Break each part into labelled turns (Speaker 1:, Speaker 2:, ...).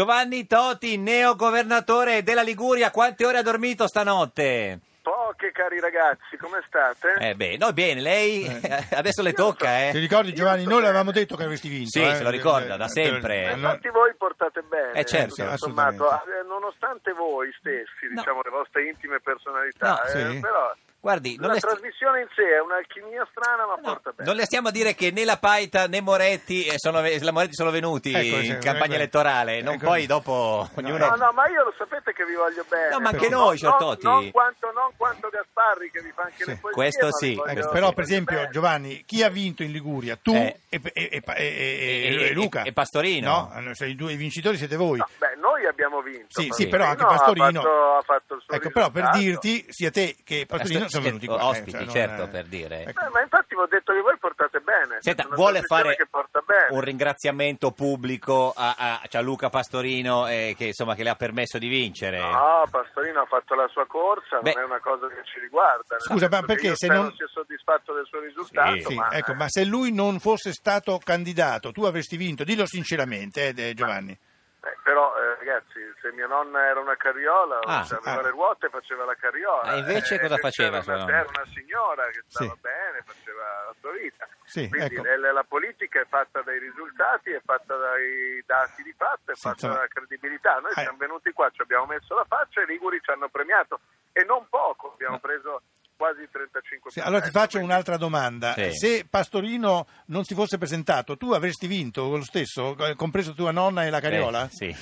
Speaker 1: Giovanni Toti, neogovernatore della Liguria, quante ore ha dormito stanotte?
Speaker 2: Poche cari ragazzi, come state?
Speaker 1: Eh beh, noi bene, lei
Speaker 3: Eh.
Speaker 1: adesso le
Speaker 2: Io so.
Speaker 1: tocca,
Speaker 2: Ti
Speaker 1: eh?
Speaker 3: Ti ricordi Giovanni, noi l'avevamo detto che avresti vinto.
Speaker 1: Sì,
Speaker 3: eh?
Speaker 1: se lo ricorda, da
Speaker 3: Eh, te-
Speaker 1: sempre.
Speaker 3: eh,
Speaker 2: Ma
Speaker 1: Eh,
Speaker 3: no-
Speaker 2: Infatti voi portate bene,
Speaker 1: Eh, certo,
Speaker 2: tutto
Speaker 3: assolutamente.
Speaker 2: sommato, eh, nonostante voi stessi,
Speaker 1: No.
Speaker 2: diciamo le vostre intime personalità,
Speaker 1: No,
Speaker 2: eh,
Speaker 3: sì.
Speaker 2: però
Speaker 1: Guardi, non
Speaker 2: la
Speaker 1: le, st-
Speaker 2: trasmissione in sé è un'alchimia strana ma
Speaker 1: no,
Speaker 2: porta bene.
Speaker 1: non le stiamo a dire che né la Paita né Moretti eh, sono, ve- la Moretti sono venuti
Speaker 3: Ecco, sì,
Speaker 1: in campagna
Speaker 3: ecco.
Speaker 1: elettorale, non
Speaker 3: Ecco.
Speaker 1: poi dopo
Speaker 3: No,
Speaker 1: ognuno...
Speaker 2: No, no, ma io lo sapete che vi voglio bene.
Speaker 1: No, ma anche
Speaker 2: Non-
Speaker 1: noi,
Speaker 2: non,
Speaker 1: signor Totti.
Speaker 2: Non quanto, non quanto Gasparri che vi fa anche le
Speaker 3: Sì.
Speaker 2: poesie.
Speaker 1: Questo
Speaker 2: ma vi
Speaker 1: sì.
Speaker 2: voglio-
Speaker 3: Ecco,
Speaker 1: Voglio-
Speaker 3: però
Speaker 2: vi
Speaker 3: per
Speaker 2: voglio
Speaker 3: esempio
Speaker 2: bene.
Speaker 3: Giovanni chi ha vinto in Liguria? Tu
Speaker 1: Eh.
Speaker 3: e, e- e- e- e-
Speaker 1: E-
Speaker 3: e Luca
Speaker 1: e- e Pastorino.
Speaker 3: no? Allora, se i due vincitori siete voi Ecco,
Speaker 2: No, beh, noi abbiamo vinto.
Speaker 3: sì,
Speaker 2: ma
Speaker 3: sì,
Speaker 1: sì.
Speaker 3: però anche
Speaker 2: no,
Speaker 3: Pastorino
Speaker 2: Ha fatto, ha fatto il suo
Speaker 3: ecco però per
Speaker 1: esatto.
Speaker 2: risultato.
Speaker 3: dirti sia te che Pastorino sono venuti qua
Speaker 1: Eh, Ospiti,
Speaker 3: eh, cioè, non-
Speaker 1: certo,
Speaker 3: eh.
Speaker 1: per dire.
Speaker 3: Ecco.
Speaker 2: Eh, ma infatti vi ho detto che voi portate bene.
Speaker 1: Senta,
Speaker 2: Siete una
Speaker 1: vuole
Speaker 2: trasmissione
Speaker 1: fare
Speaker 2: Che porta bene.
Speaker 1: un ringraziamento pubblico a, a Gianluca Pastorino eh, che, insomma, che le ha permesso di vincere?
Speaker 2: No, Pastorino ha fatto la sua corsa,
Speaker 1: Beh.
Speaker 2: non è una cosa che ci riguarda. nel
Speaker 3: Scusa,
Speaker 2: senso
Speaker 3: ma
Speaker 2: che
Speaker 3: perché
Speaker 2: io
Speaker 3: se
Speaker 2: spero
Speaker 3: non-
Speaker 2: sia soddisfatto del suo risultato,
Speaker 1: Sì,
Speaker 3: Sì,
Speaker 2: ma... eh.
Speaker 3: ecco, ma se lui non fosse stato candidato, tu avresti vinto, dillo sinceramente, eh, De- Giovanni.
Speaker 2: eh, però eh, ragazzi, se mia nonna era una carriola,
Speaker 1: Ah,
Speaker 2: cioè, aveva
Speaker 3: ah.
Speaker 2: le ruote faceva la carriola.
Speaker 1: Ah, invece
Speaker 2: Eh,
Speaker 1: cosa faceva
Speaker 2: c'era
Speaker 1: sua
Speaker 2: una,
Speaker 1: nonna?
Speaker 2: era una signora che stava
Speaker 3: Sì.
Speaker 2: bene, faceva la sua vita.
Speaker 3: Sì,
Speaker 2: Quindi
Speaker 3: ecco.
Speaker 2: eh, la, la politica è fatta dai risultati, è fatta dai dati di fatto, è
Speaker 3: Sì,
Speaker 2: fatta
Speaker 3: insomma.
Speaker 2: dalla credibilità. Noi
Speaker 3: Eh.
Speaker 2: siamo venuti qua, ci abbiamo messo la faccia e i Liguri ci hanno premiato e non poco, abbiamo preso quasi 35
Speaker 3: Sì, allora ti faccio un'altra domanda.
Speaker 1: Ecco Sì.
Speaker 3: Se Pastorino non si fosse presentato, tu avresti vinto lo stesso, eh, compreso tua nonna e la carriola?
Speaker 1: Eh, sì.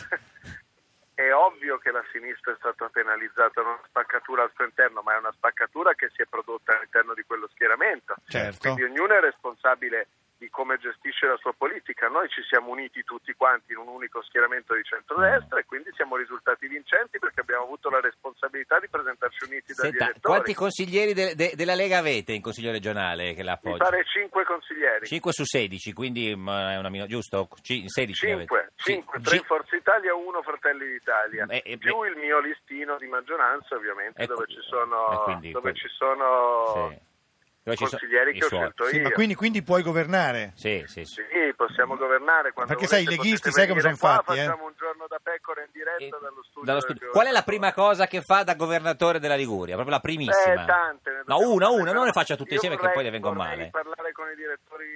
Speaker 2: È ovvio che la sinistra è stata penalizzata da una spaccatura al suo interno, ma è una spaccatura che si è prodotta all'interno di quello schieramento.
Speaker 3: Certo.
Speaker 2: Quindi ognuno è responsabile di come gestisce la sua politica. Noi ci siamo uniti tutti quanti in un unico schieramento di centrodestra e quindi siamo risultati vincenti perché abbiamo avuto la responsabilità di presentarci uniti dagli
Speaker 1: Senta,
Speaker 2: elettori.
Speaker 1: quanti consiglieri de- de- della Lega avete in consiglio regionale che la
Speaker 2: Mi
Speaker 1: appoggia?
Speaker 2: pare cinque consiglieri.
Speaker 1: 5 su 16, quindi ma è una mino- giusto? C- 16 ne avete.
Speaker 2: 5,
Speaker 1: Sì,
Speaker 2: 5, 3
Speaker 1: gi-
Speaker 2: Forza Italia, 1 Fratelli d'Italia,
Speaker 1: Eh, eh,
Speaker 2: più il mio listino di maggioranza ovviamente
Speaker 1: Ecco,
Speaker 2: dove ci
Speaker 1: eh,
Speaker 2: sono,
Speaker 1: quindi
Speaker 2: dove
Speaker 1: quello.
Speaker 2: ci sono
Speaker 1: sì. Dove ci so-
Speaker 2: consiglieri
Speaker 1: i
Speaker 2: che ho
Speaker 1: suoi.
Speaker 2: scelto
Speaker 3: Sì,
Speaker 2: io.
Speaker 3: ma quindi, quindi puoi governare.
Speaker 1: Sì, sì, sì.
Speaker 2: Sì, possiamo governare quando
Speaker 3: Perché sai, i
Speaker 2: volete,
Speaker 3: leghisti
Speaker 2: potete
Speaker 3: sai come
Speaker 2: venire
Speaker 3: sono
Speaker 2: qua,
Speaker 3: fatti, eh?
Speaker 2: Facciamo un giorno da pecora in diretta
Speaker 1: E-
Speaker 2: dallo studio.
Speaker 1: Eh, dallo
Speaker 2: del
Speaker 1: studio. Qual è la prima
Speaker 2: governatore.
Speaker 1: cosa che fa da governatore della Liguria? Proprio la primissima.
Speaker 2: Eh, tante. ne
Speaker 1: No,
Speaker 2: dobbiamo
Speaker 1: una,
Speaker 2: fare,
Speaker 1: una,
Speaker 2: però
Speaker 1: non le faccia tutte
Speaker 2: io
Speaker 1: insieme che
Speaker 2: vorrei-
Speaker 1: poi le vengono
Speaker 2: vorrei
Speaker 1: male.
Speaker 2: parlare con i direttori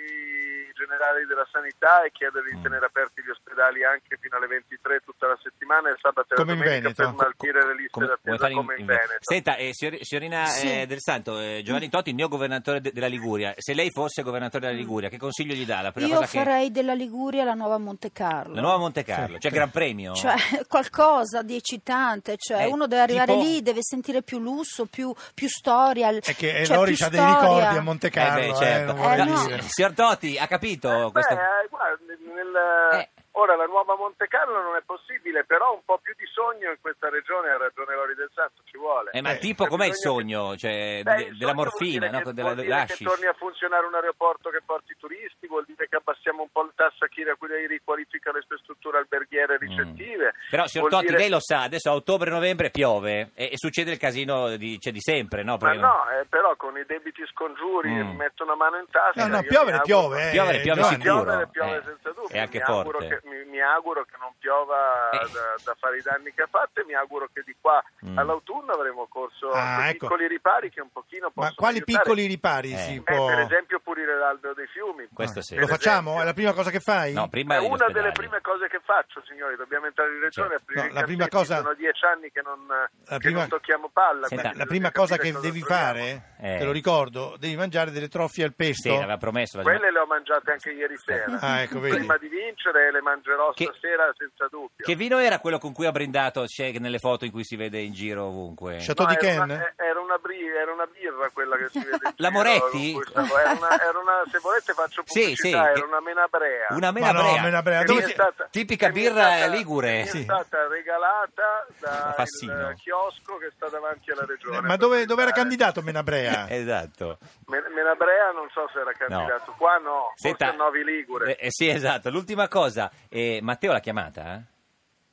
Speaker 2: generali della sanità e chiedere di
Speaker 1: Mm.
Speaker 2: tenere aperti gli ospedali anche fino alle 23 tutta la settimana e sabato e la
Speaker 3: Come in
Speaker 2: domenica
Speaker 3: Veneto.
Speaker 2: per smaltire le liste d'attesa
Speaker 1: fare
Speaker 2: come
Speaker 1: in-
Speaker 2: in,
Speaker 1: in-
Speaker 2: Veneto.
Speaker 1: Senta, eh, signor- signorina
Speaker 3: Sì.
Speaker 1: eh, Del Santo, eh, Giovanni Totti, il neogovernatore de- della Liguria, se lei fosse governatore della Liguria, che consiglio gli dà? La prima
Speaker 4: Io
Speaker 1: cosa
Speaker 4: farei della Liguria la nuova Monte Carlo.
Speaker 1: che... La nuova Monte Carlo,
Speaker 3: Sì.
Speaker 1: cioè Gran Premio?
Speaker 4: Cioè, qualcosa di eccitante, cioè
Speaker 1: Eh,
Speaker 4: uno deve arrivare
Speaker 1: tipo-
Speaker 4: lì, deve sentire più lusso, più, più storia. l-
Speaker 3: È che
Speaker 4: cioè,
Speaker 3: Loris
Speaker 4: più
Speaker 3: ha dei
Speaker 4: storia.
Speaker 3: ricordi a Monte
Speaker 1: Eh,
Speaker 3: Carlo,
Speaker 1: beh,
Speaker 3: eh,
Speaker 1: certo.
Speaker 3: non voglio
Speaker 4: Eh, no.
Speaker 3: dire.
Speaker 1: si- Signor Totti, ha capito
Speaker 2: Eh,
Speaker 1: oh, questo?
Speaker 2: beh, eh, guarda, nel-
Speaker 1: Eh.
Speaker 2: Ora la nuova Monte Carlo non è possibile, però un po' più di sogno in questa regione, ha ragione Lori del Santo, ci vuole.
Speaker 1: Eh, ma
Speaker 3: eh,
Speaker 1: tipo
Speaker 2: Cioè,
Speaker 1: com'è il
Speaker 2: bisogna che-
Speaker 1: sogno? Cioè, de-
Speaker 2: Beh, il
Speaker 1: della
Speaker 2: sogno vuol
Speaker 1: morfina,
Speaker 2: dire
Speaker 1: no?
Speaker 2: che-
Speaker 1: della
Speaker 2: vuol dire che
Speaker 1: dell'hashish.
Speaker 2: torni a funzionare un aeroporto che porti i turisti, vuol dire che abbassiamo un po' il tasso a chi a cui lei riqualifica le sue strutture alberghiere e ricettive.
Speaker 1: Mm. Però, signor
Speaker 2: Vuol
Speaker 1: Totti,
Speaker 2: dire-
Speaker 1: lei lo sa, adesso a ottobre-novembre piove e, e succede il casino di, cioè, di sempre, no?
Speaker 2: Ma
Speaker 1: Perché-
Speaker 2: no, eh, però con i debiti scongiuri
Speaker 1: Mm.
Speaker 2: mi metto una mano in tasca.
Speaker 3: No, no,
Speaker 2: io
Speaker 3: piovere
Speaker 2: mi auguro-
Speaker 3: piove, eh,
Speaker 1: Piovere piove
Speaker 3: Giovanni.
Speaker 1: sicuro.
Speaker 2: Piovere piove
Speaker 1: eh,
Speaker 2: senza dubbio.
Speaker 1: è anche
Speaker 2: mi, auguro
Speaker 1: forte.
Speaker 2: che, mi, mi auguro che non piova
Speaker 1: Eh.
Speaker 2: da, da fare i danni che ha fatto e mi auguro che di qua
Speaker 1: Mm.
Speaker 2: all'autunno avremo corso
Speaker 3: Ah,
Speaker 2: dei
Speaker 3: ecco.
Speaker 2: piccoli ripari che un pochino possono
Speaker 3: Ma quali
Speaker 2: aiutare.
Speaker 3: piccoli ripari
Speaker 1: Eh.
Speaker 3: si
Speaker 1: Eh,
Speaker 2: Eh,
Speaker 3: può...
Speaker 2: per esempio pulire l'albero dei fiumi.
Speaker 1: Questo sì.
Speaker 3: Ah. Lo
Speaker 2: Per
Speaker 3: facciamo?
Speaker 2: esempio.
Speaker 3: È la prima cosa che fai?
Speaker 1: No, prima
Speaker 2: è
Speaker 1: degli
Speaker 2: una delle
Speaker 1: ospedali.
Speaker 2: prime cose che faccio, signori. Dobbiamo entrare in regione.
Speaker 1: Certo.
Speaker 2: aprire
Speaker 3: Cioè, No,
Speaker 2: i
Speaker 3: la prima
Speaker 2: cassetti.
Speaker 3: cosa-
Speaker 2: Sono dieci anni che non, che
Speaker 3: prima-
Speaker 2: non tocchiamo
Speaker 1: Senta,
Speaker 2: palla. quindi
Speaker 3: la
Speaker 2: bisogna
Speaker 3: prima cosa
Speaker 2: capire
Speaker 3: che
Speaker 2: cosa
Speaker 3: devi
Speaker 2: troviamo.
Speaker 3: fare,
Speaker 1: Eh.
Speaker 3: te lo ricordo, devi mangiare delle trofie al
Speaker 1: Sì,
Speaker 3: pesto.
Speaker 1: l'aveva promesso. la-
Speaker 2: Quelle le ho mangiate anche ieri sera.
Speaker 3: Ah, ecco, vedi.
Speaker 2: Prima di vincere le mangerò
Speaker 1: Che-
Speaker 2: stasera senza dubbio.
Speaker 1: Che vino era quello con cui ha brindato Shag nelle foto in cui si vede in giro ovunque?
Speaker 3: Chateau di
Speaker 2: No, era
Speaker 3: Ken?
Speaker 2: una, eh, era, una bri- era una birra quella che si vede. in
Speaker 1: La
Speaker 2: giro,
Speaker 1: Moretti?
Speaker 2: con cui stavo- Era una, era una- se volete faccio pubblicità,
Speaker 1: Sì, sì.
Speaker 2: era una menabrea.
Speaker 1: Una
Speaker 3: Ma no,
Speaker 1: menabrea.
Speaker 3: menabrea.
Speaker 2: Che
Speaker 1: Dove
Speaker 2: mi è
Speaker 1: si-
Speaker 2: stata-
Speaker 1: Tipica
Speaker 2: che mi è
Speaker 1: birra
Speaker 2: stata- che
Speaker 1: ligure.
Speaker 2: Mi è
Speaker 3: Sì.
Speaker 2: stata regalata
Speaker 1: Da
Speaker 2: dal
Speaker 1: Fassino.
Speaker 2: eh, chiosco che sta davanti alla regione.
Speaker 3: Eh, Ma dove, dove era
Speaker 2: Eh,
Speaker 3: candidato Menabrea?
Speaker 1: Esatto.
Speaker 2: Men- Menabrea non so se era candidato, qua no,
Speaker 1: Senta-
Speaker 2: forse Novi Ligure.
Speaker 1: Eh, eh, sì, esatto. L'ultima cosa, eh, Matteo l'ha eh, chiamata?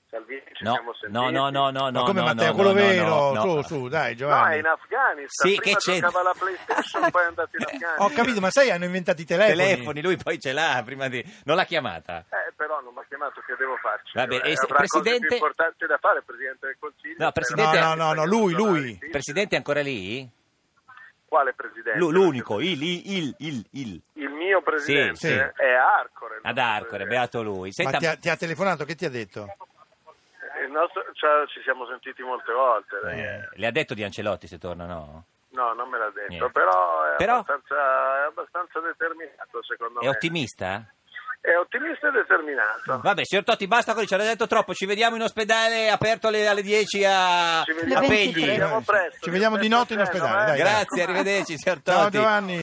Speaker 2: Salvini ci
Speaker 1: No,
Speaker 2: siamo sentiti.
Speaker 1: no, no, no, no,
Speaker 3: Ma
Speaker 1: no,
Speaker 3: come
Speaker 1: no, no,
Speaker 3: Matteo
Speaker 1: no, no,
Speaker 3: Colovero,
Speaker 1: no.
Speaker 3: su, su, dai
Speaker 2: No, è
Speaker 3: Giovanni.
Speaker 2: in Afghanistan.
Speaker 1: Sì,
Speaker 2: Prima
Speaker 1: che Eh, c'entra?
Speaker 2: giocava la PlayStation, poi è andato in Afghanistan.
Speaker 3: Ho capito, ma sai, hanno inventato i telefoni.
Speaker 1: Telefoni, lui poi ce l'ha prima di... Non l'ha chiamata.
Speaker 2: Eh, però non mi ha chiamato, che devo farci?
Speaker 1: Va bene,
Speaker 2: Eh,
Speaker 1: e se-
Speaker 2: avrà cose
Speaker 1: Presidente-
Speaker 2: più importanti da fare, Presidente del Consiglio.
Speaker 1: No,
Speaker 2: Però-
Speaker 1: Presidente-
Speaker 3: No, no, no, no, lui, lui.
Speaker 2: Sì. Eh,
Speaker 1: Presidente è ancora lì?
Speaker 2: Quale Presidente?
Speaker 1: Lu- l'unico, il, il, il, il, il.
Speaker 2: Il mio Presidente
Speaker 3: Sì, sì.
Speaker 2: è Arcore. il
Speaker 1: Ad
Speaker 2: nostro
Speaker 1: Arcore,
Speaker 2: presidente.
Speaker 1: beato lui.
Speaker 3: Ma
Speaker 1: Senta,
Speaker 3: ti ha, ti ha telefonato, che ti ha detto?
Speaker 2: Il nostro- cioè, ci siamo sentiti molte volte. lei è-
Speaker 1: eh, le ha detto di Ancelotti se torna o no?
Speaker 2: No, non me l'ha detto,
Speaker 1: Niente.
Speaker 2: però, è,
Speaker 1: Però-
Speaker 2: Abbastanza, è abbastanza determinato secondo
Speaker 1: È
Speaker 2: me.
Speaker 1: ottimista?
Speaker 2: È ottimista e determinato.
Speaker 1: Vabbè, signor Totti, basta con ci ha detto troppo. Ci vediamo in ospedale aperto alle, alle 10 a,
Speaker 2: Ci
Speaker 1: a
Speaker 2: vediamo-
Speaker 1: Pegli.
Speaker 2: Ci vediamo presto.
Speaker 3: Ci vediamo di notte in
Speaker 2: Eh, no,
Speaker 3: ospedale,
Speaker 2: eh.
Speaker 3: dai, dai.
Speaker 1: Grazie, arrivederci, signor Totti.
Speaker 3: Ciao Giovanni.